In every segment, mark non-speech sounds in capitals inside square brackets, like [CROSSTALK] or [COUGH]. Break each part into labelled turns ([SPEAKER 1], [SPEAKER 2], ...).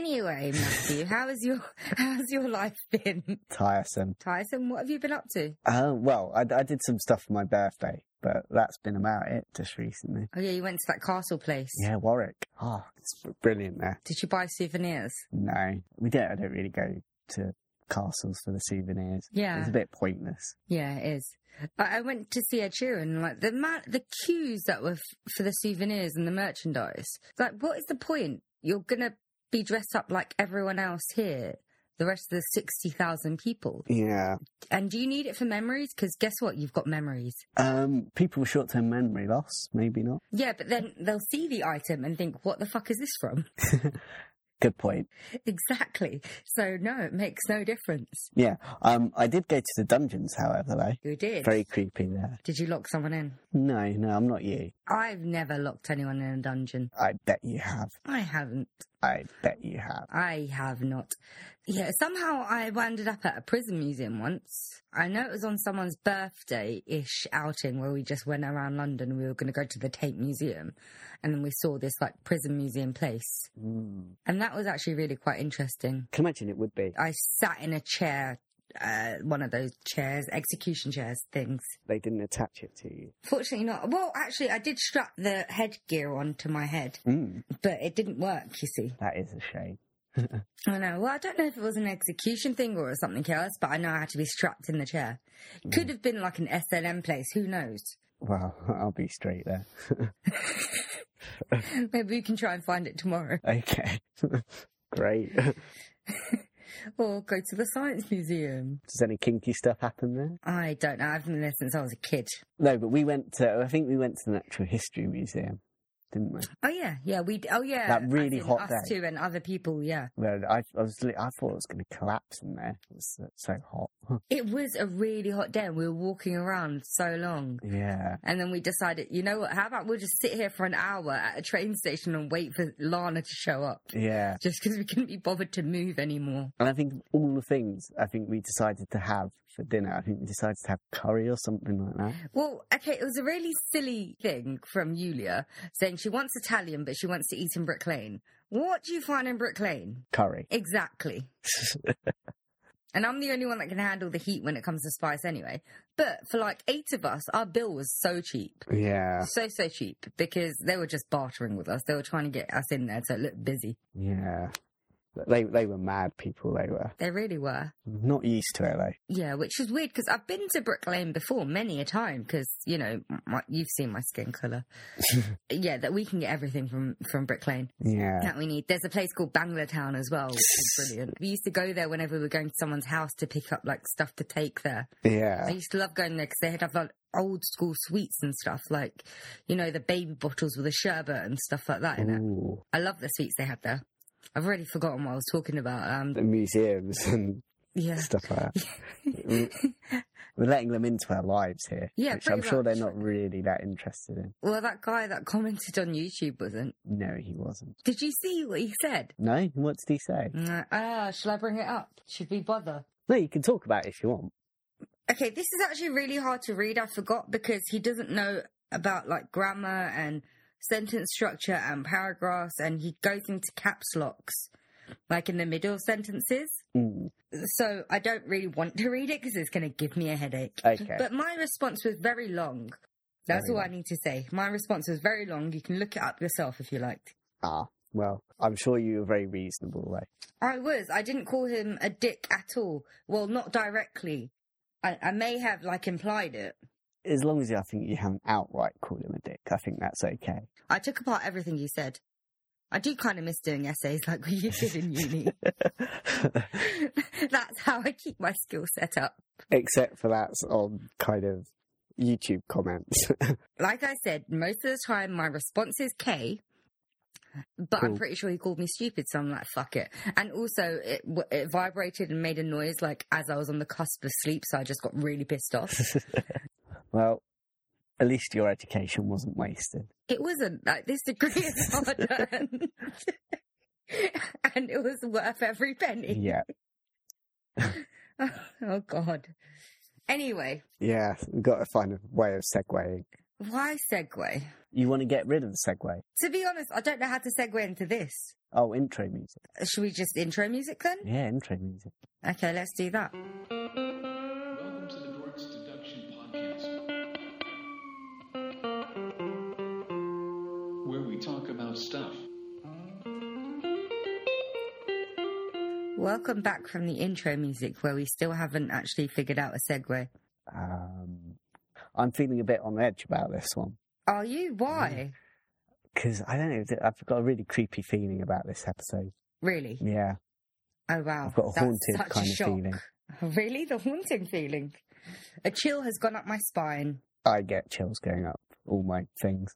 [SPEAKER 1] Anyway, Matthew, how has your [LAUGHS] how's your life been?
[SPEAKER 2] Tiresome.
[SPEAKER 1] Tyson, what have you been up to?
[SPEAKER 2] Uh, well, I, I did some stuff for my birthday, but that's been about it just recently.
[SPEAKER 1] Oh yeah, you went to that castle place.
[SPEAKER 2] Yeah, Warwick. Oh, it's brilliant there.
[SPEAKER 1] Did you buy souvenirs?
[SPEAKER 2] No, we don't. I don't really go to castles for the souvenirs.
[SPEAKER 1] Yeah.
[SPEAKER 2] It's a bit pointless.
[SPEAKER 1] Yeah, it is. I, I went to see Ed Sheeran. Like the man, the queues that were f- for the souvenirs and the merchandise. Like, what is the point? You're gonna be dressed up like everyone else here. The rest of the sixty thousand people.
[SPEAKER 2] Yeah.
[SPEAKER 1] And do you need it for memories? Because guess what? You've got memories.
[SPEAKER 2] Um, people with short-term memory loss, maybe not.
[SPEAKER 1] Yeah, but then they'll see the item and think, "What the fuck is this from?"
[SPEAKER 2] Good point.
[SPEAKER 1] exactly. So no, it makes no difference.
[SPEAKER 2] Yeah. Um, I did go to the dungeons, however, though.
[SPEAKER 1] You did.
[SPEAKER 2] Very creepy there.
[SPEAKER 1] Did you lock someone in?
[SPEAKER 2] No, no, I'm not you.
[SPEAKER 1] I've never locked anyone in a dungeon.
[SPEAKER 2] I bet you have.
[SPEAKER 1] I haven't.
[SPEAKER 2] I bet you have.
[SPEAKER 1] I have not. Yeah, somehow I wound up at a prison museum once. I know it was on someone's birthday ish outing where we just went around London. We were going to go to the Tate Museum and then we saw this like prison museum place.
[SPEAKER 2] Mm.
[SPEAKER 1] And that was actually really quite interesting.
[SPEAKER 2] Can imagine it would be.
[SPEAKER 1] I sat in a chair, uh, one of those chairs, execution chairs things.
[SPEAKER 2] They didn't attach it to you.
[SPEAKER 1] Fortunately, not. Well, actually, I did strap the headgear onto my head,
[SPEAKER 2] Mm.
[SPEAKER 1] but it didn't work, you see.
[SPEAKER 2] That is a shame.
[SPEAKER 1] I know. Well, I don't know if it was an execution thing or something else, but I know I had to be strapped in the chair.
[SPEAKER 2] Mm.
[SPEAKER 1] Could have been like an SLM place. Who knows? [LAUGHS]
[SPEAKER 2] Well, [LAUGHS] I'll be straight there.
[SPEAKER 1] Maybe we can try and find it tomorrow.
[SPEAKER 2] Okay. [LAUGHS] Great. [LAUGHS]
[SPEAKER 1] Or go to the Science Museum.
[SPEAKER 2] Does any kinky stuff happen there?
[SPEAKER 1] I don't know. I've been there since I was a kid.
[SPEAKER 2] No, but we went to, I think we went to the Natural History Museum, didn't we?
[SPEAKER 1] Oh, yeah. Yeah, we... Oh, yeah.
[SPEAKER 2] That really
[SPEAKER 1] as in
[SPEAKER 2] hot
[SPEAKER 1] us
[SPEAKER 2] day.
[SPEAKER 1] two and other people, yeah.
[SPEAKER 2] Well, I, I was, li- I thought it was going to collapse in there. It was uh, so hot. [LAUGHS]
[SPEAKER 1] It was a really hot day and we were walking around so long.
[SPEAKER 2] yeah.
[SPEAKER 1] And then we decided, you know what, how about we'll just sit here for an hour at a train station and wait for Lana to show up?
[SPEAKER 2] Yeah.
[SPEAKER 1] Just because we couldn't be bothered to move anymore.
[SPEAKER 2] And I think of all the things I think we decided to have for dinner, I think we decided to have curry or something like that.
[SPEAKER 1] Well, okay, it was a really silly thing from Yulia saying she wants Italian, but she wants to eat in Brick Lane. What do you find in Brick Lane?
[SPEAKER 2] Curry.
[SPEAKER 1] Exactly. And I'm the only one that can handle the heat when it comes to spice anyway. But for like eight of us, our bill was so cheap.
[SPEAKER 2] yeah.
[SPEAKER 1] So, so cheap because they were just bartering with us. They were trying to get us in there so it looked busy.
[SPEAKER 2] Yeah. But They, they were mad people, they were.
[SPEAKER 1] They really were.
[SPEAKER 2] Not used to it, though.
[SPEAKER 1] Yeah, which is weird because I've been to Brick Lane before many a time because you know my, you've seen my skin
[SPEAKER 2] [LAUGHS]
[SPEAKER 1] color. yeah, that we can get everything from from Brick Lane
[SPEAKER 2] Yeah.
[SPEAKER 1] that we need. There's a place called Bangla Town as well, which is brilliant. We used to go there whenever we were going to someone's house to pick up like stuff to take there. I
[SPEAKER 2] Yeah.
[SPEAKER 1] used to love going there because they had like old school sweets and stuff like you know the baby bottles with the sherbet and stuff like that in it.
[SPEAKER 2] Ooh,
[SPEAKER 1] I love the sweets they had there. I've already forgotten what I was talking about. Um,
[SPEAKER 2] the museums and [LAUGHS]
[SPEAKER 1] yeah.
[SPEAKER 2] stuff like
[SPEAKER 1] [LAUGHS]
[SPEAKER 2] that. we're letting them into our lives here,
[SPEAKER 1] Yeah,
[SPEAKER 2] which I'm
[SPEAKER 1] pretty
[SPEAKER 2] sure they're
[SPEAKER 1] much.
[SPEAKER 2] not really that interested in.
[SPEAKER 1] Well, that guy that commented on YouTube wasn't.
[SPEAKER 2] No, he wasn't.
[SPEAKER 1] Did you see what he said?
[SPEAKER 2] No? What did he say?
[SPEAKER 1] Mm, Ah, shall I bring it up? Should we bother?
[SPEAKER 2] No, you can talk about it if you want.
[SPEAKER 1] Okay, this is actually really hard to read. I forgot because he doesn't know about like grammar and sentence structure and paragraphs, and he goes into caps locks like in the middle of sentences.
[SPEAKER 2] Mm,
[SPEAKER 1] So I don't really want to read it because it's going to give me a headache.
[SPEAKER 2] okay.
[SPEAKER 1] But my response was very long. That's
[SPEAKER 2] Very
[SPEAKER 1] all
[SPEAKER 2] long.
[SPEAKER 1] I need to say. My response was very long. You can look it up yourself if you liked.
[SPEAKER 2] ah, well, I'm sure you were very reasonable, though.
[SPEAKER 1] I was. I didn't call him a dick at all. Well, not directly. I, I may have like implied it.
[SPEAKER 2] As long as you, I think you haven't outright called him a dick, I think that's okay. [LAUGHS]
[SPEAKER 1] I took apart everything you said. I do kind of miss doing essays like we did in
[SPEAKER 2] [LAUGHS]
[SPEAKER 1] uni. [LAUGHS] That's how I keep my skill set up.
[SPEAKER 2] Except for that's on kind of YouTube comments. [LAUGHS]
[SPEAKER 1] Like I said, most of the time my response is K, but I'm
[SPEAKER 2] Cool.
[SPEAKER 1] pretty sure he called me stupid, so I'm like, fuck it. And also, it, w- it vibrated and made a noise like as I was on the cusp of sleep, so I just got really pissed off.
[SPEAKER 2] well, at least your education wasn't wasted.
[SPEAKER 1] It wasn't like this degree is
[SPEAKER 2] [LAUGHS]
[SPEAKER 1] hard earned. [LAUGHS] and it was worth every penny.
[SPEAKER 2] Yeah.
[SPEAKER 1] [LAUGHS] Oh God. Anyway,
[SPEAKER 2] Yeah, we've got to find a way of segueing.
[SPEAKER 1] Why segue?
[SPEAKER 2] You want to get rid of the segue?
[SPEAKER 1] To be honest, I don't know how to segue into this.
[SPEAKER 2] Oh, intro music.
[SPEAKER 1] Should we just intro music then?
[SPEAKER 2] Yeah, intro music.
[SPEAKER 1] Okay, let's do that.
[SPEAKER 3] Welcome to the Dorks Deduction Podcast, where we talk about stuff.
[SPEAKER 1] Welcome back from the intro music where we still haven't actually figured out a segue.
[SPEAKER 2] Um, I'm feeling a bit on edge about this one
[SPEAKER 1] Are you? Why?
[SPEAKER 2] because I don't know. I've got a really creepy feeling about this episode.
[SPEAKER 1] Really?
[SPEAKER 2] Yeah,
[SPEAKER 1] Oh wow.
[SPEAKER 2] I've got a
[SPEAKER 1] That's
[SPEAKER 2] haunted
[SPEAKER 1] such
[SPEAKER 2] kind
[SPEAKER 1] a
[SPEAKER 2] of
[SPEAKER 1] shock.
[SPEAKER 2] feeling.
[SPEAKER 1] [LAUGHS] Really? The haunting feeling. A chill has gone up my spine.
[SPEAKER 2] I get chills going up all my things,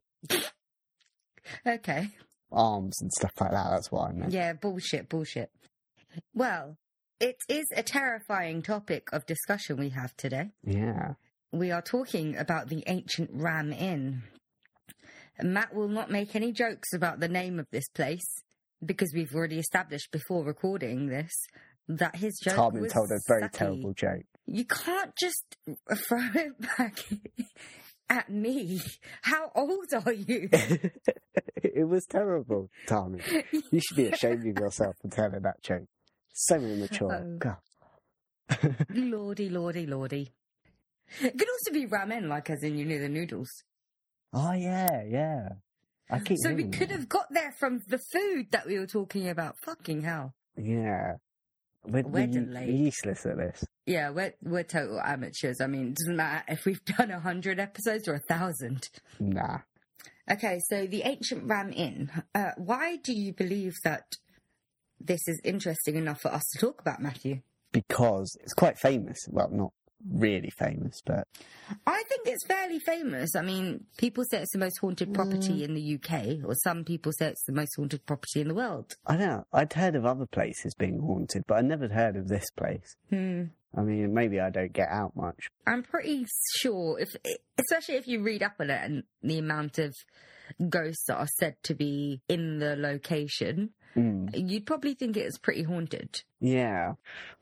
[SPEAKER 1] Okay.
[SPEAKER 2] arms and stuff like that. That's what I meant.
[SPEAKER 1] Yeah, bullshit, bullshit. Well, it is a terrifying topic of discussion we have today.
[SPEAKER 2] Yeah.
[SPEAKER 1] We are talking about the ancient Ram Inn. Matt will not make any jokes about the name of this place because we've already established before recording this that his joke
[SPEAKER 2] Tarmin
[SPEAKER 1] was
[SPEAKER 2] told a very
[SPEAKER 1] sucky.
[SPEAKER 2] terrible joke. [LAUGHS]
[SPEAKER 1] You can't just [LAUGHS] throw it back [LAUGHS] at me. How old are
[SPEAKER 2] [LAUGHS]
[SPEAKER 1] you?
[SPEAKER 2] it was terrible, Tommy.
[SPEAKER 1] [LAUGHS]
[SPEAKER 2] You should be ashamed of yourself for telling that joke. So immature.
[SPEAKER 1] Oh.
[SPEAKER 2] God.
[SPEAKER 1] lordy, lordy, lordy. It could also be ramen, like as in you know the noodles.
[SPEAKER 2] Oh yeah, yeah. I keep.
[SPEAKER 1] So we
[SPEAKER 2] hearing
[SPEAKER 1] could have got there from the food that we were talking about. Fucking hell.
[SPEAKER 2] that. Yeah. We're,
[SPEAKER 1] We're
[SPEAKER 2] we're
[SPEAKER 1] delayed.
[SPEAKER 2] useless at this.
[SPEAKER 1] Yeah, we're we're total amateurs. I mean, it doesn't matter if we've done a hundred episodes or a thousand.
[SPEAKER 2] Nah.
[SPEAKER 1] Okay, so the ancient Ram Inn. Uh, why do you believe that this is interesting enough for us to talk about, Matthew?
[SPEAKER 2] Because it's quite famous. Well, not really famous, but
[SPEAKER 1] I think it's fairly famous. I mean, people say it's the most haunted property in the UK, or some people say it's the most haunted property in the world.
[SPEAKER 2] I don't know. I'd heard of other places being haunted, but I never heard of this place.
[SPEAKER 1] Hmm.
[SPEAKER 2] I mean, maybe I don't get out much.
[SPEAKER 1] I'm pretty sure, if especially if you read up on it and the amount of ghosts that are said to be in the location,
[SPEAKER 2] Mm.
[SPEAKER 1] you'd probably think it was pretty haunted.
[SPEAKER 2] Yeah.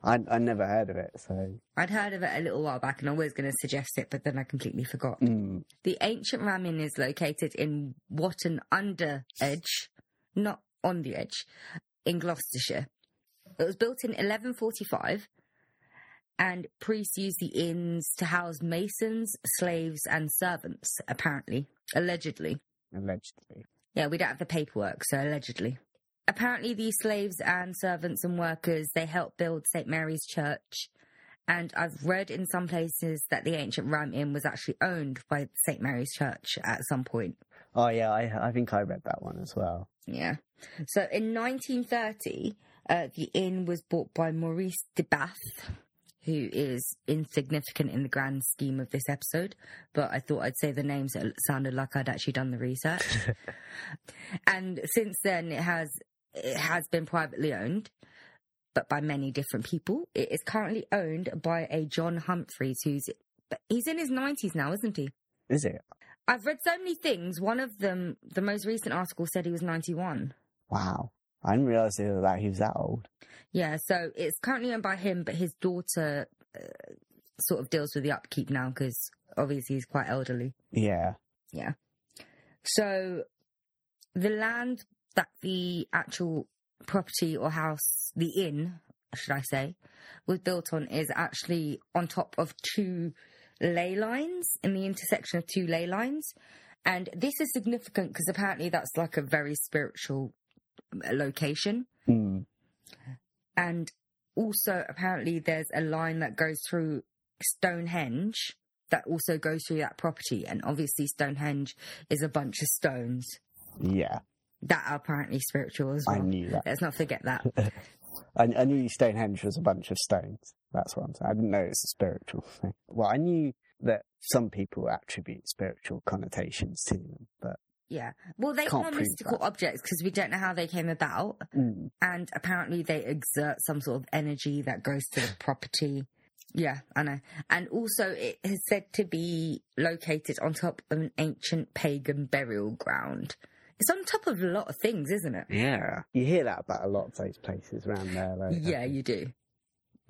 [SPEAKER 2] I I never heard of it, so
[SPEAKER 1] I'd heard of it a little while back and I was going to suggest it, but then I completely forgot.
[SPEAKER 2] mm.
[SPEAKER 1] The ancient Ram Inn is located in Wotton Under Edge, not on the edge, in Gloucestershire. It was built in 1145 and priests used the inns to house masons, slaves, and servants, apparently, allegedly.
[SPEAKER 2] allegedly.
[SPEAKER 1] Yeah, we don't have the paperwork, so allegedly. Apparently, these slaves and servants and workers they helped build St Mary's Church, and I've read in some places that the ancient Ram Inn was actually owned by St Mary's Church at some point.
[SPEAKER 2] Oh yeah, I I think I read that one as well.
[SPEAKER 1] Yeah. So in 1930, uh, the inn was bought by Maurice de Bath, who is insignificant in the grand scheme of this episode, but I thought I'd say the names that sounded like I'd actually done the research. and since then, it has it has been privately owned, but by many different people. It is currently owned by a John Humphreys, who's but he's in his 90s now, isn't he?
[SPEAKER 2] Is it?
[SPEAKER 1] I've read so many things. One of them, the most recent article said he was 91.
[SPEAKER 2] Wow. I didn't realise either that he was that old.
[SPEAKER 1] Yeah, so it's currently owned by him, but his daughter uh, sort of deals with the upkeep now because obviously he's quite elderly.
[SPEAKER 2] Yeah.
[SPEAKER 1] So the land that the actual property or house, the inn, should I say, was built on is actually on top of two ley lines in the intersection of two ley lines. And this is significant because apparently that's like a very spiritual uh, location.
[SPEAKER 2] Mm.
[SPEAKER 1] and also apparently there's a line that goes through Stonehenge that also goes through that property, and obviously Stonehenge is a bunch of stones
[SPEAKER 2] Yeah.
[SPEAKER 1] that are apparently spiritual as
[SPEAKER 2] I
[SPEAKER 1] well.
[SPEAKER 2] knew that.
[SPEAKER 1] Let's not forget that.
[SPEAKER 2] I, I knew Stonehenge was a bunch of stones. That's what I'm saying. I didn't know it's a spiritual thing. Well, I knew that some people attribute spiritual connotations to them, but
[SPEAKER 1] Yeah. Well, they
[SPEAKER 2] Can't
[SPEAKER 1] are
[SPEAKER 2] prove
[SPEAKER 1] mystical objects because we don't know how they came about,
[SPEAKER 2] mm.
[SPEAKER 1] and apparently they exert some sort of energy that goes to the property. Yeah, I know. And also, it is said to be located on top of an ancient pagan burial ground. It's on top of a lot of things, isn't it?
[SPEAKER 2] yeah. You hear that about a lot of those places around there. Like,
[SPEAKER 1] Yeah, you do.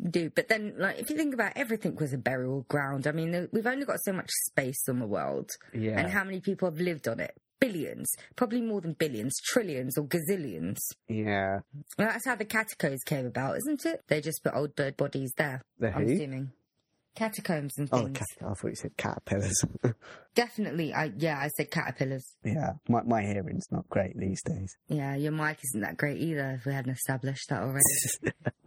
[SPEAKER 1] do. But then, like, if you think about it, everything was a burial ground. I mean, there- we've only got so much space on the world,
[SPEAKER 2] Yeah.
[SPEAKER 1] and how many people have lived on it? Billions, probably more than billions, trillions or gazillions.
[SPEAKER 2] yeah.
[SPEAKER 1] Well, that's how the catacombs came about, isn't it? They just put old dead bodies there.
[SPEAKER 2] The
[SPEAKER 1] I'm
[SPEAKER 2] who?
[SPEAKER 1] assuming catacombs and
[SPEAKER 2] Oh,
[SPEAKER 1] things.
[SPEAKER 2] cat- I thought you said caterpillars. [LAUGHS]
[SPEAKER 1] Definitely, I yeah, I said caterpillars.
[SPEAKER 2] yeah, my my hearing's not great these days.
[SPEAKER 1] Yeah, your mic isn't that great either. If we hadn't established that already.
[SPEAKER 2] [LAUGHS]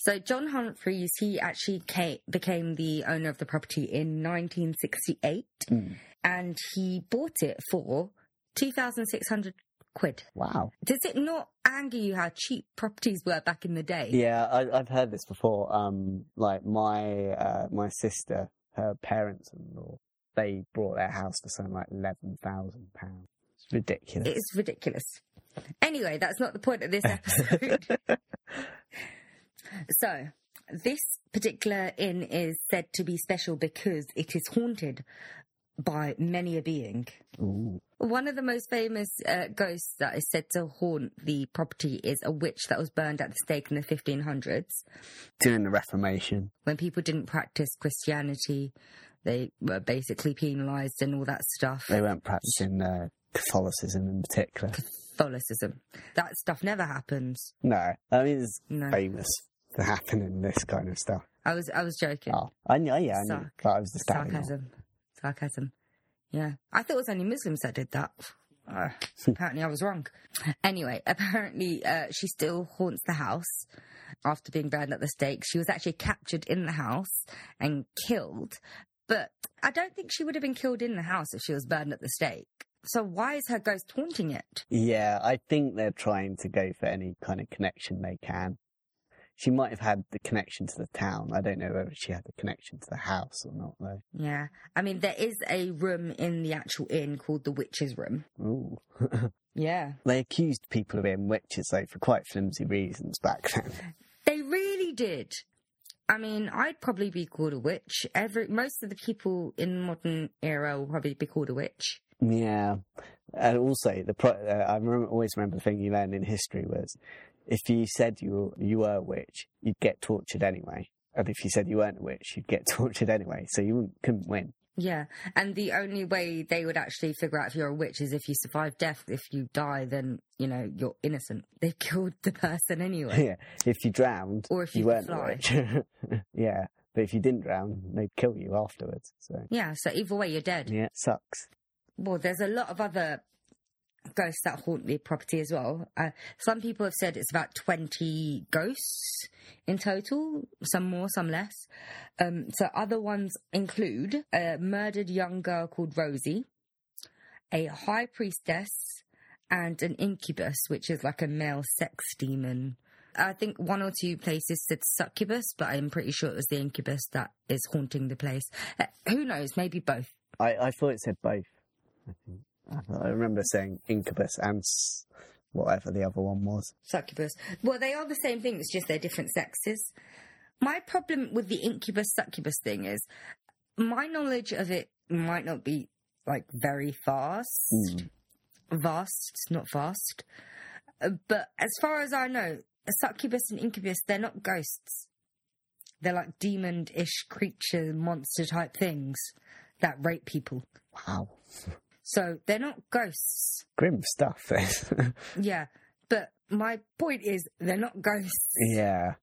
[SPEAKER 1] So John Humphreys, he actually came, became the owner of the property in 1968,
[SPEAKER 2] Mm.
[SPEAKER 1] and he bought it for 2,600 quid.
[SPEAKER 2] wow.
[SPEAKER 1] Does it not anger you how cheap properties were back in the day?
[SPEAKER 2] Yeah, I, I've heard this before. Um, like my uh, my sister, her parents-in-law, they bought their house for something like eleven thousand pounds. It's ridiculous.
[SPEAKER 1] It's ridiculous. Anyway, that's not the point of this
[SPEAKER 2] [LAUGHS]
[SPEAKER 1] episode. so, this particular inn is said to be special because it is haunted by many a being.
[SPEAKER 2] Ooh.
[SPEAKER 1] One of the most famous uh, ghosts that is said to haunt the property is a witch that was burned at the stake in the 1500s.
[SPEAKER 2] During the Reformation,
[SPEAKER 1] When people didn't practice Christianity, they were basically penalised and all that stuff.
[SPEAKER 2] they weren't practicing uh, Catholicism in particular.
[SPEAKER 1] Catholicism. That stuff never happens.
[SPEAKER 2] No, I mean
[SPEAKER 1] [LAUGHS]
[SPEAKER 2] it's
[SPEAKER 1] No.
[SPEAKER 2] famous for happening this kind of stuff.
[SPEAKER 1] I was I was joking.
[SPEAKER 2] Oh, I knew, yeah, I knew,
[SPEAKER 1] Sarc-
[SPEAKER 2] but I was just adding on.
[SPEAKER 1] Sarcasm. Sarcasm. Yeah. I thought it was only Muslims that did that. Uh, apparently, I was wrong. Anyway, apparently, uh, she still haunts the house after being burned at the stake. She was actually captured in the house and killed, but I don't think she would have been killed in the house if she was burned at the stake. So, why is her ghost haunting it?
[SPEAKER 2] Yeah, I think they're trying to go for any kind of connection they can. She might have had the connection to the town. I don't know whether she had the connection to the house or not, though.
[SPEAKER 1] Yeah. I mean, there is a room in the actual inn called the Witch's Room.
[SPEAKER 2] Ooh.
[SPEAKER 1] Yeah.
[SPEAKER 2] they accused people of being witches, though, for quite flimsy reasons back then.
[SPEAKER 1] They really did. I mean, I'd probably be called a witch. Every most of the people in the modern era will probably be called a witch.
[SPEAKER 2] Yeah, and also the pro- uh, I remember, always remember the thing you learned in history was if you said you were, you were a witch, you'd get tortured anyway, and if you said you weren't a witch, you'd get [LAUGHS] tortured anyway, so you wouldn't, couldn't win.
[SPEAKER 1] Yeah, and the only way they would actually figure out if you're a witch is if you survive death. If you die, then you know you're innocent. They [LAUGHS] killed the person anyway.
[SPEAKER 2] [LAUGHS] yeah, if you drowned,
[SPEAKER 1] Or if
[SPEAKER 2] you
[SPEAKER 1] you
[SPEAKER 2] weren't
[SPEAKER 1] could
[SPEAKER 2] a witch. [LAUGHS] yeah, but if you didn't drown, they'd kill you afterwards. So
[SPEAKER 1] yeah, so either way, you're dead.
[SPEAKER 2] yeah, it sucks.
[SPEAKER 1] Well, there's a lot of other ghosts that haunt the property as well. Uh, some people have said it's about 20 ghosts in total, some more, some less. Um, so, other ones include a murdered young girl called Rosie, a high priestess, and an incubus, which is like a male sex demon. I think one or two places said succubus, but I'm pretty sure it was the incubus that is haunting the place. Uh, who knows? Maybe both.
[SPEAKER 2] I, I thought it said both. I think I, thought- I remember saying incubus and s- whatever the other one was.
[SPEAKER 1] succubus. Well, they are the same thing, it's just they're different sexes. My problem with the incubus succubus thing is my knowledge of it might not be like very fast.
[SPEAKER 2] Hmm. Mm,
[SPEAKER 1] Vast, not fast. Uh, But as far as I know, a succubus and incubus, they're not ghosts. They're like demon ish creature, monster type things that rape people.
[SPEAKER 2] Wow,
[SPEAKER 1] So they're not ghosts.
[SPEAKER 2] grim stuff. eh? This.
[SPEAKER 1] Yeah. But my point is, they're not ghosts.
[SPEAKER 2] [LAUGHS] yeah,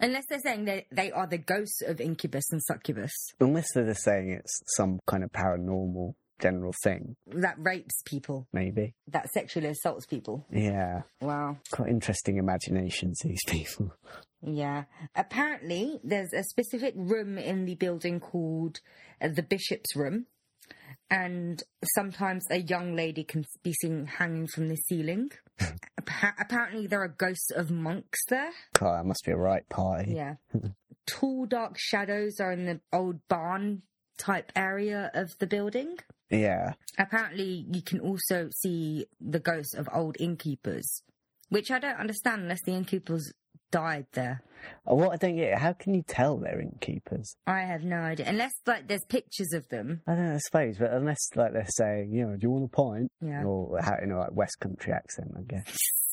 [SPEAKER 1] Unless they're saying they they are the ghosts of incubus and succubus
[SPEAKER 2] unless they're just saying it's some kind of paranormal general thing,
[SPEAKER 1] that rapes people,
[SPEAKER 2] maybe.
[SPEAKER 1] that sexually assaults people.
[SPEAKER 2] Yeah,
[SPEAKER 1] Wow.
[SPEAKER 2] quite interesting imaginations these [LAUGHS] people.
[SPEAKER 1] Yeah. Apparently, there's a specific room in the building called uh, the Bishop's Room, and sometimes a young lady can be seen hanging from the ceiling. Appa- apparently, there are ghosts of monks there.
[SPEAKER 2] God, that must be a right party.
[SPEAKER 1] Yeah. Tall, dark shadows are in the old barn type area of the building.
[SPEAKER 2] yeah.
[SPEAKER 1] apparently you can also see the ghosts of old innkeepers, which I don't understand unless the innkeepers died there.
[SPEAKER 2] And Oh, What I don't get, how can you tell they're innkeepers?
[SPEAKER 1] I have no idea. Unless, like, there's pictures of them.
[SPEAKER 2] I don't know, I suppose, but unless like they're saying, you know, do you want a pint?
[SPEAKER 1] Yeah.
[SPEAKER 2] Or how in a like West Country accent, I
[SPEAKER 1] [LAUGHS]
[SPEAKER 2] guess.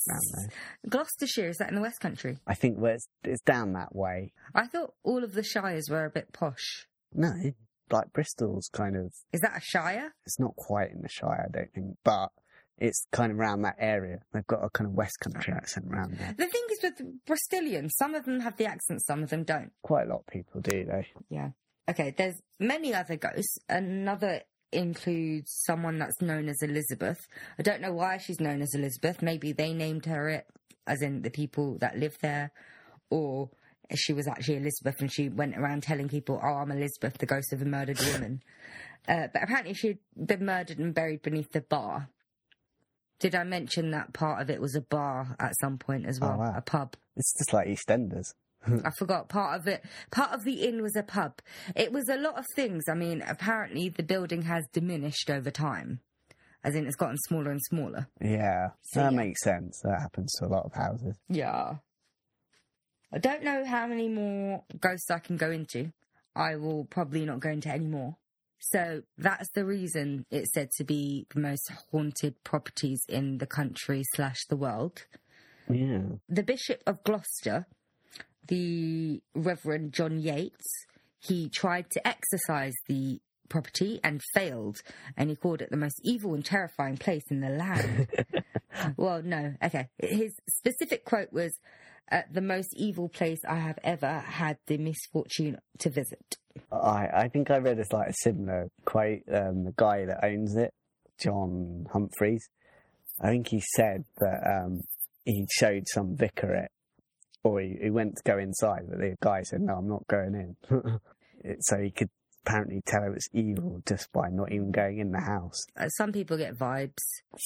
[SPEAKER 2] I don't know.
[SPEAKER 1] Gloucestershire, is that in the West Country?
[SPEAKER 2] I think where it's, it's down that way.
[SPEAKER 1] I thought all of the shires were a bit posh.
[SPEAKER 2] No, like Bristol's kind of.
[SPEAKER 1] Is that a shire?
[SPEAKER 2] It's not quite in the Shire, I don't think, but it's kind of around that area. They've got a kind of West Country accent around there.
[SPEAKER 1] The thing is with Bristolians, some of them have the accent, some of them don't.
[SPEAKER 2] Quite a lot of people do, though.
[SPEAKER 1] Yeah. Okay, there's many other ghosts. Another includes someone that's known as Elizabeth. I don't know why she's known as Elizabeth. Maybe they named her it, as in the people that live there, or she was actually Elizabeth and she went around telling people, oh, I'm Elizabeth, the ghost of a murdered woman. Uh, but apparently she'd been murdered and buried beneath the bar. Did I mention that part of it was a bar at some point as well?
[SPEAKER 2] wow.
[SPEAKER 1] A pub.
[SPEAKER 2] It's just like EastEnders.
[SPEAKER 1] I forgot part of it. Part of the inn was a pub. It was a lot of things. I mean, apparently the building has diminished over time, as in it's gotten smaller and smaller.
[SPEAKER 2] Yeah,
[SPEAKER 1] So,
[SPEAKER 2] that
[SPEAKER 1] yeah.
[SPEAKER 2] makes sense. That happens to a lot of houses.
[SPEAKER 1] Yeah. I don't know how many more ghosts I can go into. I will probably not go into any more. So that's the reason it's said to be the most haunted properties in the country slash the world.
[SPEAKER 2] Yeah.
[SPEAKER 1] the Bishop of Gloucester, the Reverend John Yates, he tried to exorcise the property and failed, and he called it the most evil and terrifying place in the
[SPEAKER 2] [LAUGHS]
[SPEAKER 1] land. well, no, okay. His specific quote was, uh, "The most evil place I have ever had the misfortune to visit."
[SPEAKER 2] I, I think I read a like a similar quote. Um, the guy that owns it, John Humphreys, I think he said that um, he showed some vicar it, or he, he went to go inside, but the guy said, "No, I'm not going in." [LAUGHS] It- so he could apparently tell it was evil just by not even going in the house.
[SPEAKER 1] Uh, some people get vibes.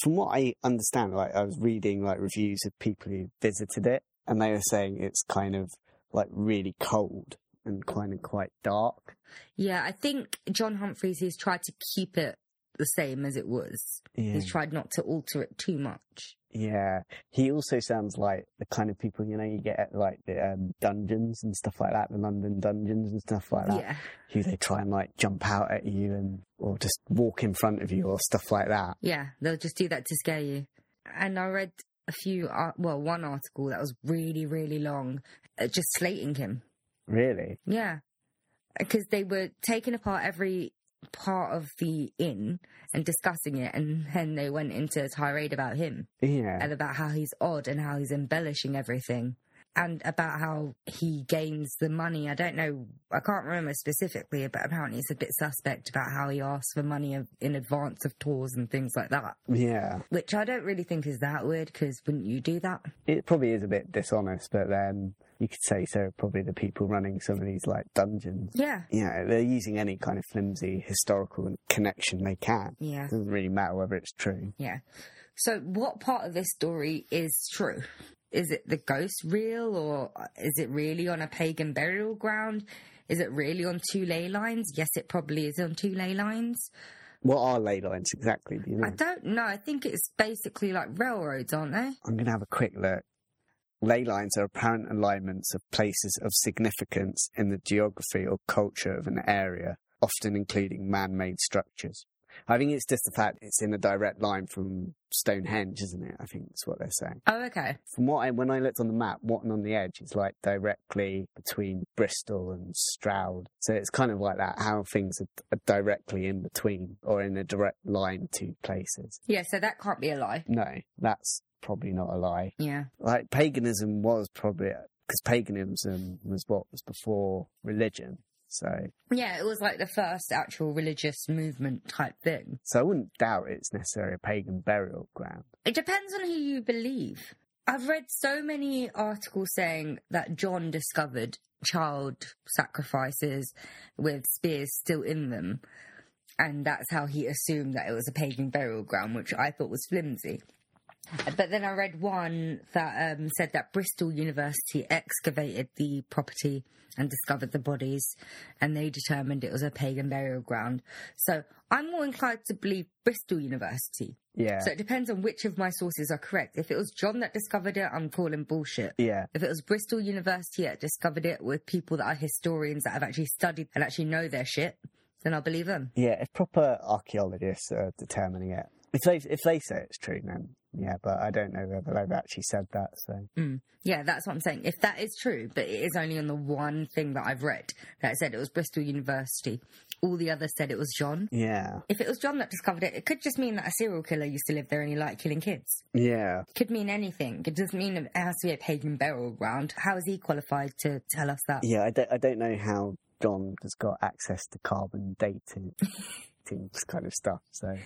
[SPEAKER 2] From what I understand, like I was reading like reviews of people who visited it, and they were saying it's kind of like really cold and kind of quite dark.
[SPEAKER 1] Yeah, I think John Humphreys he's tried to keep it the same as it was.
[SPEAKER 2] Yeah.
[SPEAKER 1] He's tried not to alter it too much.
[SPEAKER 2] Yeah, he also sounds like the kind of people you know you get at like the um, dungeons and stuff like that, the London dungeons and stuff like that.
[SPEAKER 1] Yeah,
[SPEAKER 2] Who they try and like jump out at you and or just walk in front of you or stuff like that.
[SPEAKER 1] yeah, they'll just do that to scare you. And I read a few, ar- well, one article that was really, really long, uh, just slating him.
[SPEAKER 2] Really?
[SPEAKER 1] Yeah, because they were taking apart every part of the inn and discussing it, and then they went into a tirade about him
[SPEAKER 2] Yeah.
[SPEAKER 1] and about how he's odd and how he's embellishing everything. And about how he gains the money. I don't know, I can't remember specifically, but apparently it's a bit suspect about how he asks for money of- in advance of tours and things like that.
[SPEAKER 2] Yeah.
[SPEAKER 1] which I don't really think is that weird because wouldn't you do that?
[SPEAKER 2] It probably is a bit dishonest, but then you could say so are probably the people running some of these like dungeons.
[SPEAKER 1] Yeah.
[SPEAKER 2] You know, they're using any kind of flimsy historical connection they can.
[SPEAKER 1] Yeah.
[SPEAKER 2] It doesn't really matter whether it's true.
[SPEAKER 1] Yeah. So, what part of this story is true? Is it the ghost real or is it really on a pagan burial ground? Is it really on two ley lines? Yes, it probably is on two ley lines.
[SPEAKER 2] What are ley lines exactly? Do you know?
[SPEAKER 1] I don't know. I think it's basically like railroads, aren't they?
[SPEAKER 2] I'm going to have a quick look. Ley lines are apparent alignments of places of significance in the geography or culture of an area, often including man made structures. I think it's just the fact it's in a direct line from Stonehenge, isn't it? I think that's what they're saying.
[SPEAKER 1] Oh, okay.
[SPEAKER 2] From what I, when I looked on the map, Watton on the Edge is like directly between Bristol and Stroud. So it's kind of like that, how things are, are directly in between or in a direct line to places.
[SPEAKER 1] Yeah, so that can't be a lie.
[SPEAKER 2] No, that's probably not a lie
[SPEAKER 1] Yeah.
[SPEAKER 2] like paganism was probably because paganism was what was before religion. So,
[SPEAKER 1] Yeah, it was like the first actual religious movement type thing.
[SPEAKER 2] so I wouldn't doubt it's necessarily a pagan burial ground.
[SPEAKER 1] It depends on who you believe. I've read so many articles saying that John discovered child sacrifices with spears still in them, and that's how he assumed that it was a pagan burial ground, which I thought was flimsy. But then I read one that um, said that Bristol University excavated the property and discovered the bodies, and they determined it was a pagan burial ground. So I'm more inclined to believe Bristol University.
[SPEAKER 2] Yeah.
[SPEAKER 1] So it depends on which of my sources are correct. If it was John that discovered it, I'm calling bullshit.
[SPEAKER 2] yeah.
[SPEAKER 1] If it was Bristol University that discovered it with people that are historians that have actually studied and actually know their shit, then I'll believe them.
[SPEAKER 2] Yeah, if proper archaeologists are determining it, if they if they say it's true, then yeah. But I don't know whether they've actually said that. So
[SPEAKER 1] Mm. Yeah, that's what I'm saying. If that is true, but it is only on the one thing that I've read that said it was Bristol University. All the others said it was John.
[SPEAKER 2] yeah,
[SPEAKER 1] If it was John that discovered it, it could just mean that a serial killer used to live there and he liked killing kids.
[SPEAKER 2] yeah,
[SPEAKER 1] It could mean anything. It doesn't mean it has to be a pagan burial ground. How is he qualified to tell us that?
[SPEAKER 2] yeah. I don't I don't know how John has got access to carbon dating, dating kind of stuff. So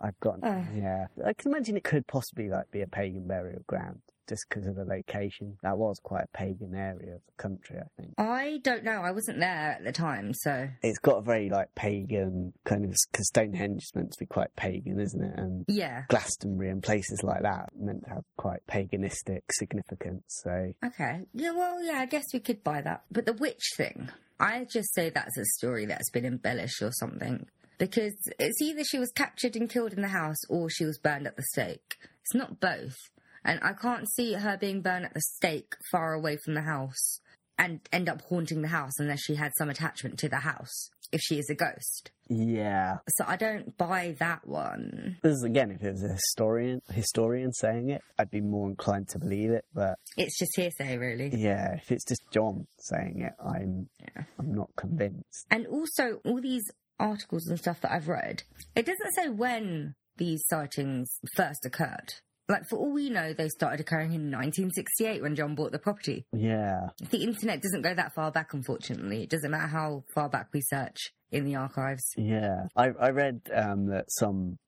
[SPEAKER 2] I've got
[SPEAKER 1] Oh.
[SPEAKER 2] yeah. I can imagine it could possibly like be a pagan burial ground just because of the location. That was quite a pagan area of the country, I think.
[SPEAKER 1] I don't know. I wasn't there at the time, so
[SPEAKER 2] It's got a very like pagan kind of because Stonehenge is meant to be quite pagan, isn't it? And
[SPEAKER 1] yeah.
[SPEAKER 2] Glastonbury and places like that meant to have quite paganistic significance. So
[SPEAKER 1] Okay. Yeah, well, yeah, I guess we could buy that. But the witch thing, I just say that's a story that's been embellished or something. Because it's either she was captured and killed in the house or she was burned at the stake. It's not both. And I can't see her being burned at the stake far away from the house and end up haunting the house unless she had some attachment to the house, if she is a ghost.
[SPEAKER 2] yeah,
[SPEAKER 1] So I don't buy that one.
[SPEAKER 2] this is again, if it was a historian historian saying it, I'd be more inclined to believe it. But
[SPEAKER 1] It's just hearsay, really.
[SPEAKER 2] yeah, if it's just John saying it, I'm I'm not convinced.
[SPEAKER 1] And also, all these articles and stuff that I've read, it doesn't say when these sightings first occurred. Like, for all we know, they started occurring in 1968 when John bought the property.
[SPEAKER 2] Yeah,
[SPEAKER 1] The internet doesn't go that far back, unfortunately. It doesn't matter how far back we search in the archives.
[SPEAKER 2] yeah. I I read um, that some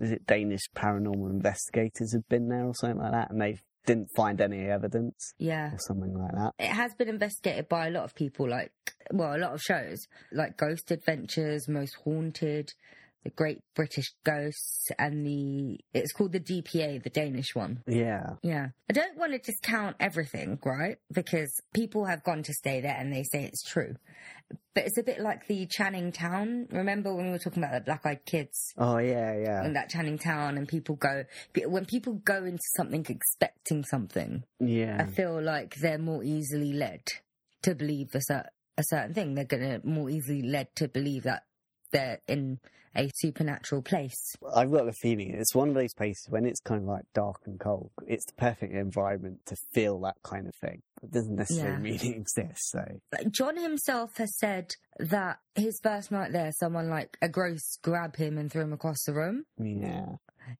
[SPEAKER 2] is it Danish paranormal investigators have been there or something like that, and they didn't find any evidence
[SPEAKER 1] Yeah.
[SPEAKER 2] or something like that.
[SPEAKER 1] It has been investigated by a lot of people, like, well, a lot of shows, like Ghost Adventures, Most Haunted, The Great British Ghosts, and the, it's called the DPA, the Danish one.
[SPEAKER 2] Yeah,
[SPEAKER 1] Yeah. I don't want to discount everything, right? Because people have gone to stay there and they say it's true. But it's a bit like the Channing Town. Remember when we were talking about the black eyed kids?
[SPEAKER 2] oh yeah, yeah,
[SPEAKER 1] And that Channing Town, and people go, when people go into something expecting something, I
[SPEAKER 2] yeah.
[SPEAKER 1] feel like they're more easily led to believe a, cer- a certain thing. They're going to more easily led to believe that they're in a supernatural place.
[SPEAKER 2] I've got the feeling it's one of those places when it's kind of like dark and cold. It's the perfect environment to feel that kind of thing. It doesn't necessarily
[SPEAKER 1] Yeah.
[SPEAKER 2] mean it exists. So
[SPEAKER 1] John himself has said that his first night there, someone like a gross grabbed him and threw him across the room.
[SPEAKER 2] yeah,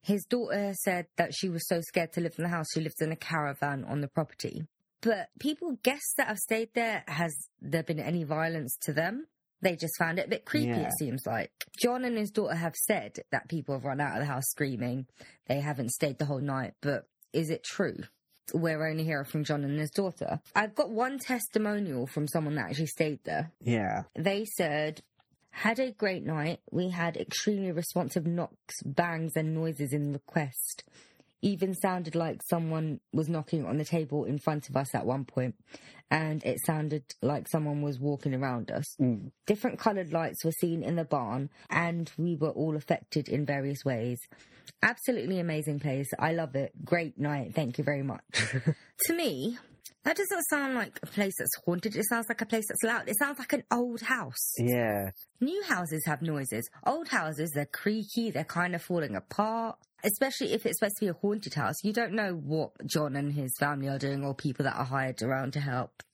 [SPEAKER 1] His daughter said that she was so scared to live in the house, she lived in a caravan on the property. But people guess that have stayed there. Has there been any violence to them? They just found it a bit creepy,
[SPEAKER 2] Yeah.
[SPEAKER 1] it seems like. John and his daughter have said that people have run out of the house screaming. They haven't stayed the whole night, but is it true? We're only hearing from John and his daughter. I've got one testimonial from someone that actually stayed there
[SPEAKER 2] yeah,
[SPEAKER 1] they said, had a great night. We had extremely responsive knocks, bangs, and noises in request. Even sounded like someone was knocking on the table in front of us at one point, and it sounded like someone was walking around us.
[SPEAKER 2] Mm.
[SPEAKER 1] Different coloured lights were seen in the barn, and we were all affected in various ways. Absolutely amazing place. I love it. Great night. Thank you very much. to me, that doesn't sound like a place that's haunted. It sounds like a place that's loud. It sounds like an old house.
[SPEAKER 2] yeah,
[SPEAKER 1] New houses have noises. Old houses, they're creaky, they're kind of falling apart. Especially if it's supposed to be a haunted house, you don't know what John and his family are doing or people that are hired around to help.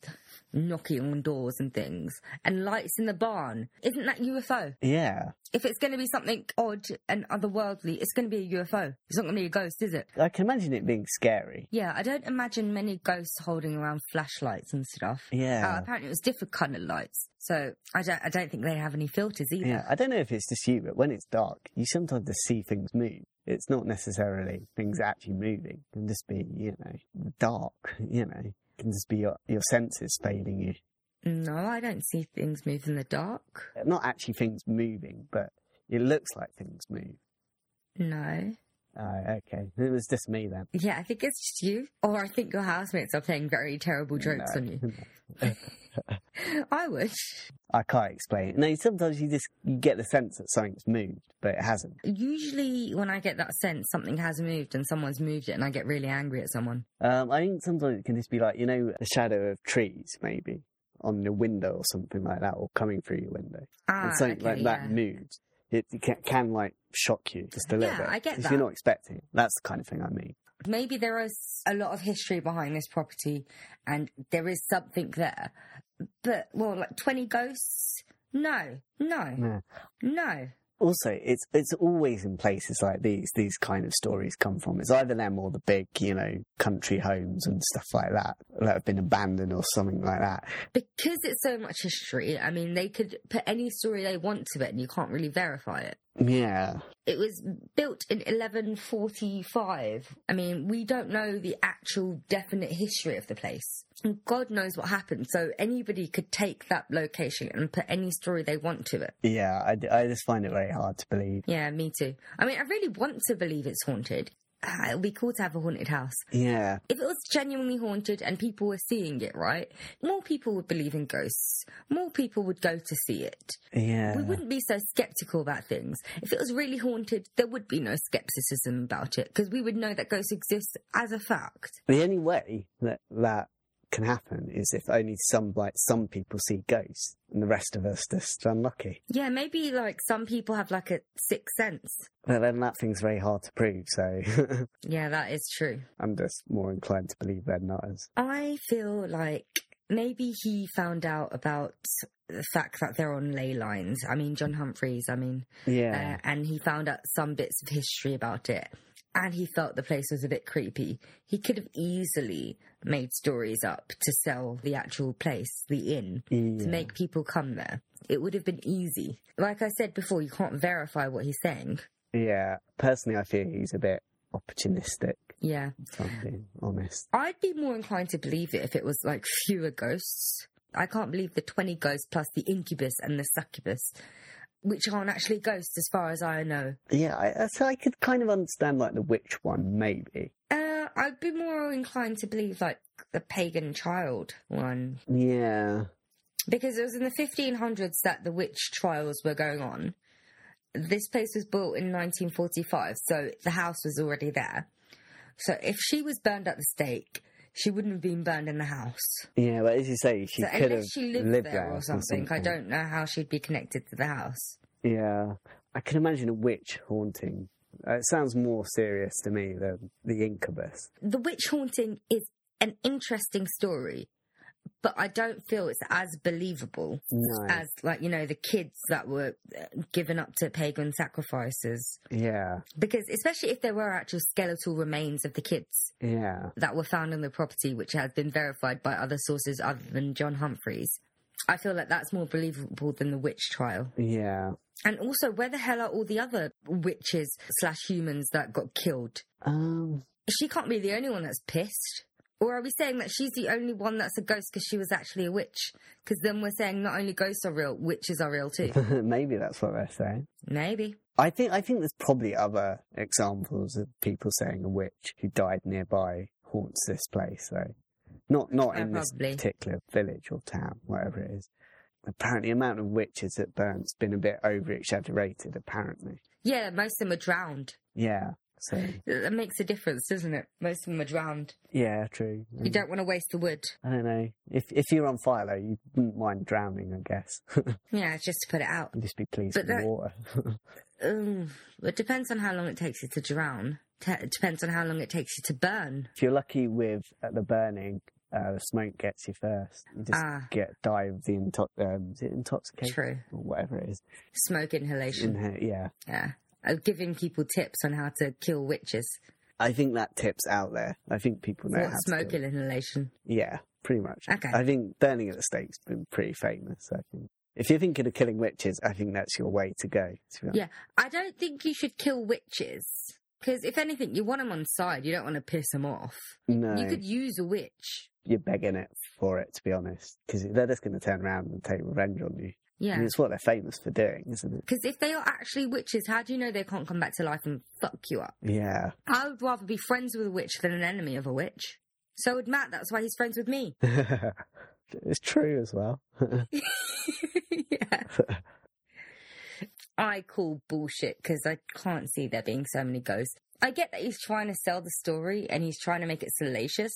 [SPEAKER 1] Knocking on doors and things, and lights in the barn. Isn't that UFO?
[SPEAKER 2] yeah.
[SPEAKER 1] If it's going to be something odd and otherworldly, it's going to be a UFO. It's not going to be a ghost, is it?
[SPEAKER 2] I can imagine it being scary.
[SPEAKER 1] Yeah, I don't imagine many ghosts holding around flashlights and stuff.
[SPEAKER 2] Yeah.
[SPEAKER 1] Uh, apparently, it was different coloured lights, so I don't. I don't think they have any filters either.
[SPEAKER 2] Yeah, I don't know if it's just you, but when it's dark, you sometimes just see things move. It's not necessarily things actually moving. It can just be, you know, dark. You know, it can just be your your senses failing you.
[SPEAKER 1] No, I don't see things move in the dark.
[SPEAKER 2] Not actually things moving, but it looks like things move.
[SPEAKER 1] No.
[SPEAKER 2] Oh, okay. It was just me then.
[SPEAKER 1] Yeah, I think it's just you. Or I think your housemates are playing very terrible jokes on you.
[SPEAKER 2] [LAUGHS]
[SPEAKER 1] [LAUGHS] I would.
[SPEAKER 2] I can't explain it. No, sometimes you just you get the sense that something's moved, but it hasn't.
[SPEAKER 1] Usually, when I get that sense something has moved and someone's moved it, and I get really angry at someone.
[SPEAKER 2] Um, I think sometimes it can just be like, you know, the shadow of trees, maybe, on your window or something like that, or coming through your window.
[SPEAKER 1] Ah,
[SPEAKER 2] and something
[SPEAKER 1] okay,
[SPEAKER 2] like that
[SPEAKER 1] yeah.
[SPEAKER 2] moves. It it can, can, like, shock you just a little
[SPEAKER 1] Yeah,
[SPEAKER 2] bit.
[SPEAKER 1] I get
[SPEAKER 2] If you're
[SPEAKER 1] that.
[SPEAKER 2] not expecting it. That's the kind of thing I mean.
[SPEAKER 1] Maybe there is a lot of history behind this property, and there is something there. But well, like twenty ghosts? No, no,
[SPEAKER 2] Yeah.
[SPEAKER 1] no.
[SPEAKER 2] also it's it's always in places like these these kind of stories come from it's either them or the big you know country homes and stuff like that that have been abandoned or something like that
[SPEAKER 1] Because it's so much history. I mean, they could put any story they want to it, and you can't really verify it.
[SPEAKER 2] yeah
[SPEAKER 1] It was built in 1145. I mean, we don't know the actual definite history of the place. And God knows what happened. So anybody could take that location and put any story they want to it.
[SPEAKER 2] yeah i, d- I just find it very hard to believe
[SPEAKER 1] Yeah, me too. I mean, I really want to believe it's haunted. Ah, It'll be cool to have a haunted house.
[SPEAKER 2] yeah
[SPEAKER 1] If it was genuinely haunted and people were seeing it, right? More people would believe in ghosts. More people would go to see it.
[SPEAKER 2] yeah
[SPEAKER 1] We wouldn't be so skeptical about things. If it was really haunted, there would be no skepticism about it because we would know that ghosts exist as a fact.
[SPEAKER 2] the only way that that can happen is if only some like some people see ghosts and the rest of us just unlucky
[SPEAKER 1] Yeah, maybe like some people have like a sixth sense.
[SPEAKER 2] but then that thing's very hard to prove so [LAUGHS]
[SPEAKER 1] Yeah, that is true.
[SPEAKER 2] i'm just more inclined to believe they're not as
[SPEAKER 1] I feel like maybe he found out about the fact that they're on ley lines. I mean, John Humphreys, I mean,
[SPEAKER 2] yeah
[SPEAKER 1] uh, and he found out some bits of history about it. And he felt the place was a bit creepy. He could have easily made stories up to sell the actual place, the inn.
[SPEAKER 2] yeah.
[SPEAKER 1] to make people come there. It would have been easy. Like I said before, you can't verify what he's saying.
[SPEAKER 2] Yeah, personally, I feel he's a bit opportunistic.
[SPEAKER 1] Yeah.
[SPEAKER 2] If I'm being honest.
[SPEAKER 1] I'd be more inclined to believe it if it was like fewer ghosts. I can't believe the 20 ghosts plus the incubus and the succubus, which aren't actually ghosts as far as I know.
[SPEAKER 2] Yeah, I, I- so I could kind of understand like the witch one, maybe.
[SPEAKER 1] Uh, I'd be more inclined to believe like the pagan child one
[SPEAKER 2] Yeah,
[SPEAKER 1] because it was in the 1500s that the witch trials were going on. This place was built in 1945, so the house was already there. So if she was burned at the stake, she wouldn't have been burned in the house.
[SPEAKER 2] yeah. But as you say, she
[SPEAKER 1] so
[SPEAKER 2] could have
[SPEAKER 1] unless she lived, there or something, I don't know how she'd be connected to the house.
[SPEAKER 2] Yeah, I can imagine a witch haunting. Uh, it sounds more serious to me than the incubus.
[SPEAKER 1] The witch haunting is an interesting story, but I don't feel it's as believable
[SPEAKER 2] No.
[SPEAKER 1] as like you know the kids that were uh, given up to pagan sacrifices.
[SPEAKER 2] yeah,
[SPEAKER 1] Because especially if there were actual skeletal remains of the kids
[SPEAKER 2] yeah,
[SPEAKER 1] that were found on the property, which has been verified by other sources other than John Humphreys, I feel like that's more believable than the witch trial.
[SPEAKER 2] yeah.
[SPEAKER 1] And also, where the hell are all the other witches slash humans that got killed?
[SPEAKER 2] Um, [LAUGHS]
[SPEAKER 1] She can't be the only one that's pissed. Or are we saying that she's the only one that's a ghost because she was actually a witch? Because then we're saying not only ghosts are real, witches are real too.
[SPEAKER 2] maybe that's what they're saying.
[SPEAKER 1] Maybe.
[SPEAKER 2] I think I think there's probably other examples of people saying a witch who died nearby haunts this place, though. Not not
[SPEAKER 1] Oh,
[SPEAKER 2] in this
[SPEAKER 1] probably.
[SPEAKER 2] particular village or town, whatever it is. Apparently, the amount of witches at Burnt's been a bit over exaggerated. Apparently,
[SPEAKER 1] Yeah, most of them are drowned.
[SPEAKER 2] yeah. So
[SPEAKER 1] That makes a difference, doesn't it? Most of them are drowned.
[SPEAKER 2] yeah, true.
[SPEAKER 1] You don't want to waste the wood.
[SPEAKER 2] I don't know. If if you're on fire though, you wouldn't mind drowning, I guess. [LAUGHS] You'd
[SPEAKER 1] Yeah, just to put it out.
[SPEAKER 2] just be pleased
[SPEAKER 1] But
[SPEAKER 2] with the
[SPEAKER 1] that-
[SPEAKER 2] water. [LAUGHS]
[SPEAKER 1] Um, it depends on how long it takes you to drown. Te- It depends on how long it takes you to burn.
[SPEAKER 2] if you're lucky with uh, the burning, uh, the smoke gets you first. You just
[SPEAKER 1] Ah.
[SPEAKER 2] get die of the into- um, is it intoxication
[SPEAKER 1] True.
[SPEAKER 2] or whatever it is.
[SPEAKER 1] Smoke inhalation.
[SPEAKER 2] Inha- yeah,
[SPEAKER 1] Yeah. Uh, giving people tips on how to kill witches.
[SPEAKER 2] I think that tip's out there. I think people know
[SPEAKER 1] What
[SPEAKER 2] how to
[SPEAKER 1] smoke
[SPEAKER 2] do it.
[SPEAKER 1] inhalation?
[SPEAKER 2] Yeah, pretty much.
[SPEAKER 1] Okay.
[SPEAKER 2] I think burning at the stake's been pretty famous. I think if you're thinking of killing witches, I think that's your way to go. to be honest.
[SPEAKER 1] Yeah. I don't think you should kill witches. Because if anything, you want them on side. You don't want to piss them off.
[SPEAKER 2] No,
[SPEAKER 1] You could use a witch.
[SPEAKER 2] you're begging it for it, to be honest, because they're just going to turn around and take revenge on you. I mean,
[SPEAKER 1] Yeah.
[SPEAKER 2] it's what they're famous for doing, isn't it?
[SPEAKER 1] Because if they are actually witches, how do you know they can't come back to life and fuck you up?
[SPEAKER 2] Yeah. [LAUGHS]
[SPEAKER 1] I would rather be friends with a witch than an enemy of a witch. So would Matt. That's why he's friends with me. [LAUGHS]
[SPEAKER 2] it's true as well.
[SPEAKER 1] yeah. I call bullshit because I can't see there being so many ghosts. I get that he's trying to sell the story and he's trying to make it salacious.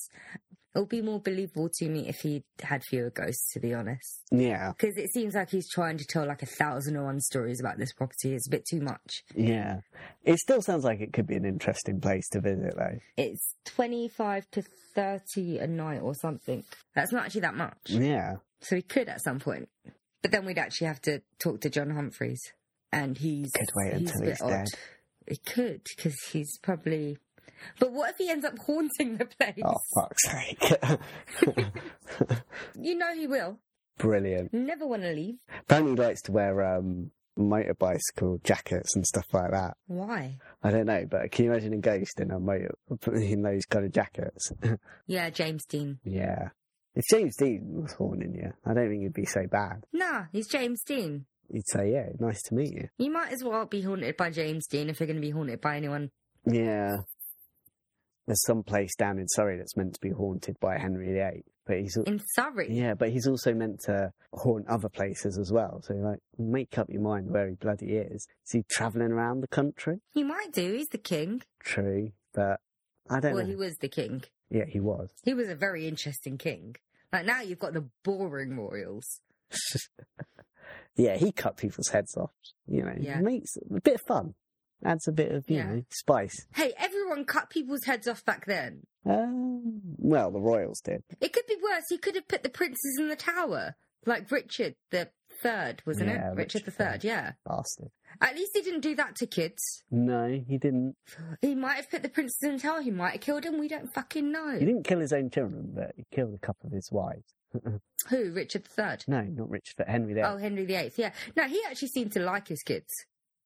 [SPEAKER 1] It would be more believable to me if he had fewer ghosts, to be honest.
[SPEAKER 2] yeah.
[SPEAKER 1] Because it seems like he's trying to tell like a thousand and one stories about this property. It's a bit too much.
[SPEAKER 2] Yeah. It still sounds like it could be an interesting place to visit, though.
[SPEAKER 1] It's 25 to 30 a night or something. That's not actually that much.
[SPEAKER 2] Yeah.
[SPEAKER 1] So we could at some point. But then we'd actually have to talk to John Humphreys. And he's.
[SPEAKER 2] Could wait
[SPEAKER 1] he's
[SPEAKER 2] until
[SPEAKER 1] a bit
[SPEAKER 2] he's dead.
[SPEAKER 1] odd. It could, because he's probably. But what if he ends up [LAUGHS] haunting the place?
[SPEAKER 2] Oh, fuck's sake. [LAUGHS]
[SPEAKER 1] You know he will.
[SPEAKER 2] Brilliant.
[SPEAKER 1] Never want to leave.
[SPEAKER 2] Apparently, he likes to wear um, motorbicycle jackets and stuff like that.
[SPEAKER 1] Why?
[SPEAKER 2] I don't know, but can you imagine a ghost in a motor in those kind of jackets? [LAUGHS]
[SPEAKER 1] Yeah, James Dean.
[SPEAKER 2] yeah. If James Dean was horning you, I don't think it'd be so bad.
[SPEAKER 1] Nah, he's James Dean.
[SPEAKER 2] He'd say, "Yeah, nice to meet you."
[SPEAKER 1] You might as well be haunted by James Dean if you're going to be haunted by anyone.
[SPEAKER 2] Yeah. There's some place down in Surrey that's meant to be haunted by Henry VIII, but he's al-
[SPEAKER 1] In Surrey.
[SPEAKER 2] yeah, but he's also meant to haunt other places as well. So like, make up your mind where he bloody is. Is he travelling around the country?
[SPEAKER 1] He might do. He's the king.
[SPEAKER 2] True, but I don't
[SPEAKER 1] Well,
[SPEAKER 2] know.
[SPEAKER 1] he was the king.
[SPEAKER 2] Yeah, he was.
[SPEAKER 1] He was a very interesting king. Like now you've got the boring royals.
[SPEAKER 2] yeah, he cut people's heads off. You know,
[SPEAKER 1] Yeah.
[SPEAKER 2] makes it a bit of fun. Adds a bit of, you
[SPEAKER 1] Yeah.
[SPEAKER 2] know, spice.
[SPEAKER 1] Hey, everyone cut people's heads off back then.
[SPEAKER 2] Um, well, the royals did.
[SPEAKER 1] It could be worse. He could have put the princes in the tower, like Richard the Third, wasn't
[SPEAKER 2] Yeah,
[SPEAKER 1] it? Richard the
[SPEAKER 2] Richard the
[SPEAKER 1] Third, yeah.
[SPEAKER 2] Bastard.
[SPEAKER 1] At least he didn't do that to kids.
[SPEAKER 2] No, he didn't.
[SPEAKER 1] He might have put the princes in the tower. He might have killed him. We don't fucking
[SPEAKER 2] He
[SPEAKER 1] know.
[SPEAKER 2] didn't kill his own children, but he killed a couple of his wives.
[SPEAKER 1] Who? Richard the Third.
[SPEAKER 2] No, not Richard, but Henry there.
[SPEAKER 1] Oh, Henry the Eighth. Yeah. No, he actually seemed to like his kids,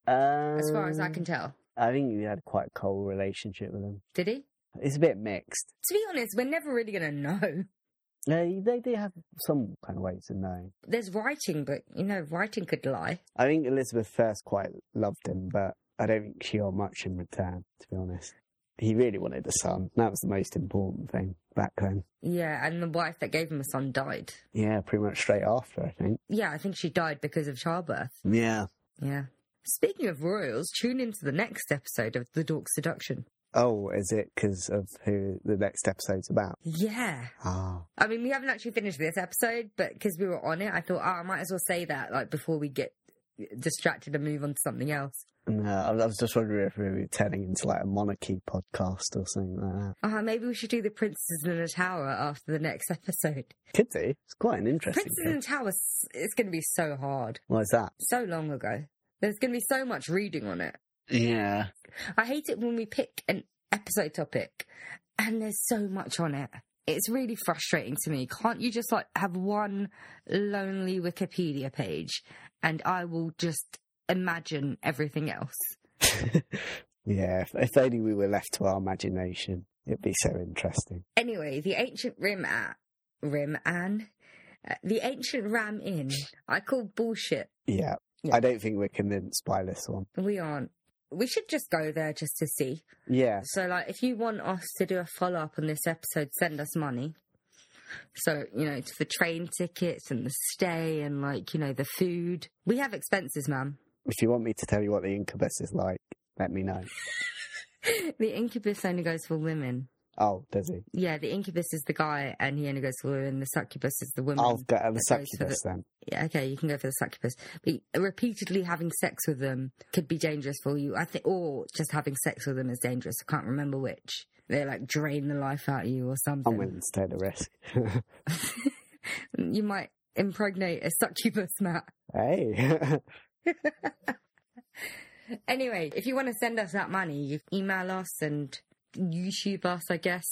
[SPEAKER 1] as far as I can tell.
[SPEAKER 2] Um, I think he had quite a cold relationship with them.
[SPEAKER 1] Did he?
[SPEAKER 2] It's a bit mixed.
[SPEAKER 1] To be honest, we're never really gonna know.
[SPEAKER 2] Uh, they do have some kind of ways of knowing.
[SPEAKER 1] There's writing, but you know, writing could lie.
[SPEAKER 2] I think Elizabeth first quite loved him, but I don't think she got much in return, to be honest. He really wanted a son. That was the most important thing back then.
[SPEAKER 1] Yeah, and the wife that gave him a son died.
[SPEAKER 2] Yeah, pretty much straight after, I think.
[SPEAKER 1] Yeah, I think she died because of childbirth.
[SPEAKER 2] Yeah.
[SPEAKER 1] Yeah. Speaking of royals, tune into the next episode of The Dork Seduction.
[SPEAKER 2] Oh, is it because of who the next episode's about?
[SPEAKER 1] Yeah.
[SPEAKER 2] Ah,
[SPEAKER 1] I mean, we haven't actually finished this episode, but because we were on it, I thought, oh, I might as well say that, like, before we get distracted and move on to something else.
[SPEAKER 2] no, I was- I was just wondering if we were turning into like a monarchy podcast or something like that.
[SPEAKER 1] Uh, maybe we should do The Princess in the Tower after the next episode.
[SPEAKER 2] Could do. It's quite an interesting.
[SPEAKER 1] Princess in
[SPEAKER 2] thing.
[SPEAKER 1] the Tower, s- it's going to be so hard.
[SPEAKER 2] Why's that?
[SPEAKER 1] So long ago. There's going to be so much reading on it.
[SPEAKER 2] Yeah.
[SPEAKER 1] I hate it when we pick an episode topic and there's so much on it. It's really frustrating to me. Can't you just like have one lonely Wikipedia page and I will just imagine everything else?
[SPEAKER 2] yeah. If, if only we were left to our imagination, it'd be so interesting.
[SPEAKER 1] Anyway, the ancient Rim at Rim Anne, uh, the ancient Ram Inn. I call bullshit.
[SPEAKER 2] Yeah.
[SPEAKER 1] Yeah.
[SPEAKER 2] I don't think we're convinced by this one.
[SPEAKER 1] We aren't. We should just go there just to see.
[SPEAKER 2] Yeah.
[SPEAKER 1] So, like, if you want us to do a follow up on this episode, send us money. So, you know, it's the train tickets and the stay and, like, you know, the food. We have expenses, ma'am. [LAUGHS]
[SPEAKER 2] If you want me to tell you what the incubus is like, let me know.
[SPEAKER 1] The incubus only goes for women.
[SPEAKER 2] Oh, does he?
[SPEAKER 1] Yeah, the incubus is the guy and he only goes for women. The succubus is the woman.
[SPEAKER 2] I'll go uh, the
[SPEAKER 1] that goes for
[SPEAKER 2] succubus
[SPEAKER 1] [LAUGHS]
[SPEAKER 2] then.
[SPEAKER 1] Yeah, okay, you can go for the succubus. But repeatedly having sex with them could be dangerous for you. I think, or just having sex with them is dangerous. I can't remember which. They, like, drain the life out of you or something.
[SPEAKER 2] I'm willing to take the risk. [LAUGHS]
[SPEAKER 1] you might impregnate a succubus, Matt.
[SPEAKER 2] hey. [LAUGHS]
[SPEAKER 1] Anyway, if you want to send us that money, you email us and YouTube us, I guess,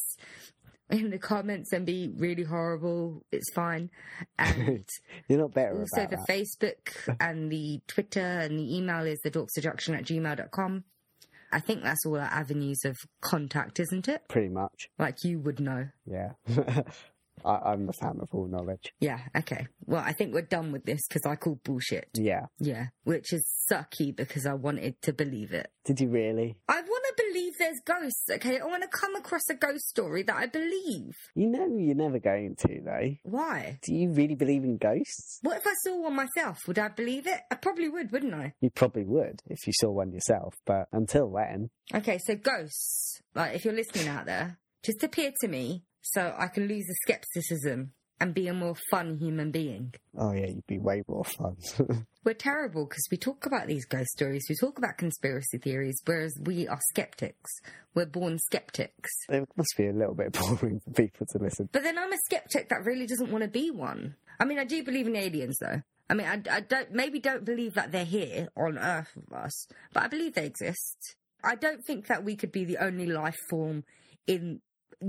[SPEAKER 1] in the comments and be really horrible. It's fine.
[SPEAKER 2] [LAUGHS]
[SPEAKER 1] And
[SPEAKER 2] You're not better
[SPEAKER 1] also
[SPEAKER 2] about
[SPEAKER 1] the
[SPEAKER 2] that. [LAUGHS]
[SPEAKER 1] Facebook and the Twitter and the email is the dorkseduction at gmail.com. I think that's all our avenues of contact, isn't it?
[SPEAKER 2] Pretty much.
[SPEAKER 1] Like you would know.
[SPEAKER 2] Yeah. [LAUGHS] I, I'm a fan of all knowledge.
[SPEAKER 1] Yeah, okay. Well, I think we're done with this because I called bullshit.
[SPEAKER 2] Yeah.
[SPEAKER 1] Yeah, which is sucky because I wanted to believe it.
[SPEAKER 2] Did you really?
[SPEAKER 1] I want to believe there's ghosts, okay? I want to come across a ghost story that I believe.
[SPEAKER 2] You know you're never going to, though.
[SPEAKER 1] Why?
[SPEAKER 2] Do you really believe in ghosts?
[SPEAKER 1] What if I saw one myself? Would I believe it? I probably would, wouldn't I?
[SPEAKER 2] You probably would if you saw one yourself, but until then,
[SPEAKER 1] Okay, so ghosts, like if you're listening out there, just appear to me so I can lose the skepticism and be a more fun human being.
[SPEAKER 2] oh yeah, you'd be way more fun. [LAUGHS]
[SPEAKER 1] We're terrible because we talk about these ghost stories, we talk about conspiracy theories, whereas we are skeptics. We're born skeptics.
[SPEAKER 2] it must be a little bit [LAUGHS] boring for people to listen.
[SPEAKER 1] But then I'm a skeptic that really doesn't want to be one. I mean, I do believe in aliens, though. I mean, I, I don't maybe don't believe that they're here on Earth with us, but I believe they exist. I don't think that we could be the only life form in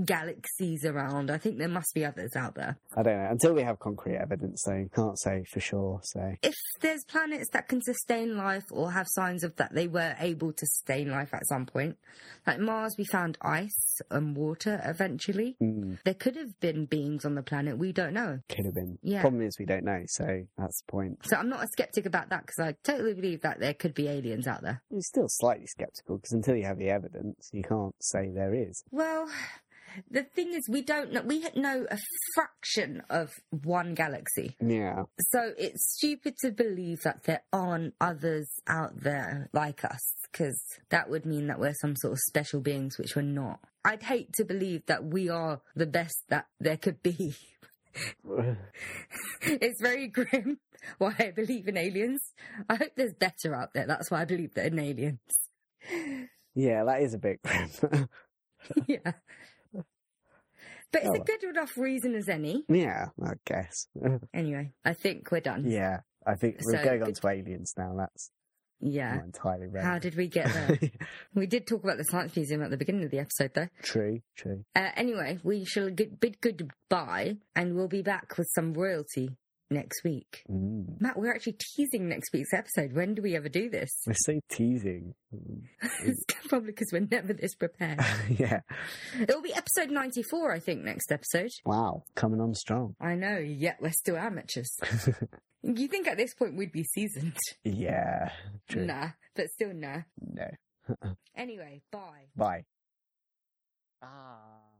[SPEAKER 1] galaxies around. I think there must be others out there.
[SPEAKER 2] I don't know. Until we have concrete evidence, so can't say for sure. So
[SPEAKER 1] If there's planets that can sustain life or have signs of that they were able to sustain life at some point, like Mars, we found ice and water eventually.
[SPEAKER 2] mm,
[SPEAKER 1] There could have been beings on the planet we don't know.
[SPEAKER 2] could have been.
[SPEAKER 1] Yeah.
[SPEAKER 2] Problem is, we don't know. So that's the point.
[SPEAKER 1] So I'm not a skeptic about that because I totally believe that there could be aliens out there.
[SPEAKER 2] You're still slightly skeptical because until you have the evidence, you can't say there is.
[SPEAKER 1] Well, the thing is, we don't know. We know a fraction of one galaxy,
[SPEAKER 2] Yeah.
[SPEAKER 1] so it's stupid to believe that there aren't others out there like us because that would mean that we're some sort of special beings, which we're not. I'd hate to believe that we are the best that there could be. [LAUGHS] it's very grim [LAUGHS] why I believe in aliens. I hope there's better out there. That's why I believe that in aliens.
[SPEAKER 2] [LAUGHS] yeah, that is a bit grim. [LAUGHS]
[SPEAKER 1] [LAUGHS] yeah. But it's
[SPEAKER 2] Oh,
[SPEAKER 1] a
[SPEAKER 2] well.
[SPEAKER 1] good enough reason as any.
[SPEAKER 2] yeah, I guess.
[SPEAKER 1] Anyway, I think we're done.
[SPEAKER 2] yeah, I think we're
[SPEAKER 1] So-
[SPEAKER 2] going on to aliens now. That's
[SPEAKER 1] Yeah.
[SPEAKER 2] not entirely
[SPEAKER 1] How
[SPEAKER 2] right.
[SPEAKER 1] did we get
[SPEAKER 2] [LAUGHS]
[SPEAKER 1] there? we did talk about the Science Museum at the beginning of the episode, though.
[SPEAKER 2] true, true.
[SPEAKER 1] Uh, anyway, we shall get, bid goodbye and we'll be back with some royalty next week.
[SPEAKER 2] Mm.
[SPEAKER 1] Matt, we're actually teasing next week's episode. When do we ever do this?
[SPEAKER 2] We're so teasing. [LAUGHS]
[SPEAKER 1] [LAUGHS] it's probably because we're never this prepared.
[SPEAKER 2] yeah.
[SPEAKER 1] It'll be episode 94, I think, next episode.
[SPEAKER 2] Wow, coming on strong.
[SPEAKER 1] I know, yet we're still amateurs.
[SPEAKER 2] [LAUGHS]
[SPEAKER 1] you think at this point we'd be seasoned.
[SPEAKER 2] Yeah, true.
[SPEAKER 1] Nah, but still nah.
[SPEAKER 2] No.
[SPEAKER 1] Anyway, bye.
[SPEAKER 2] Bye. Ah.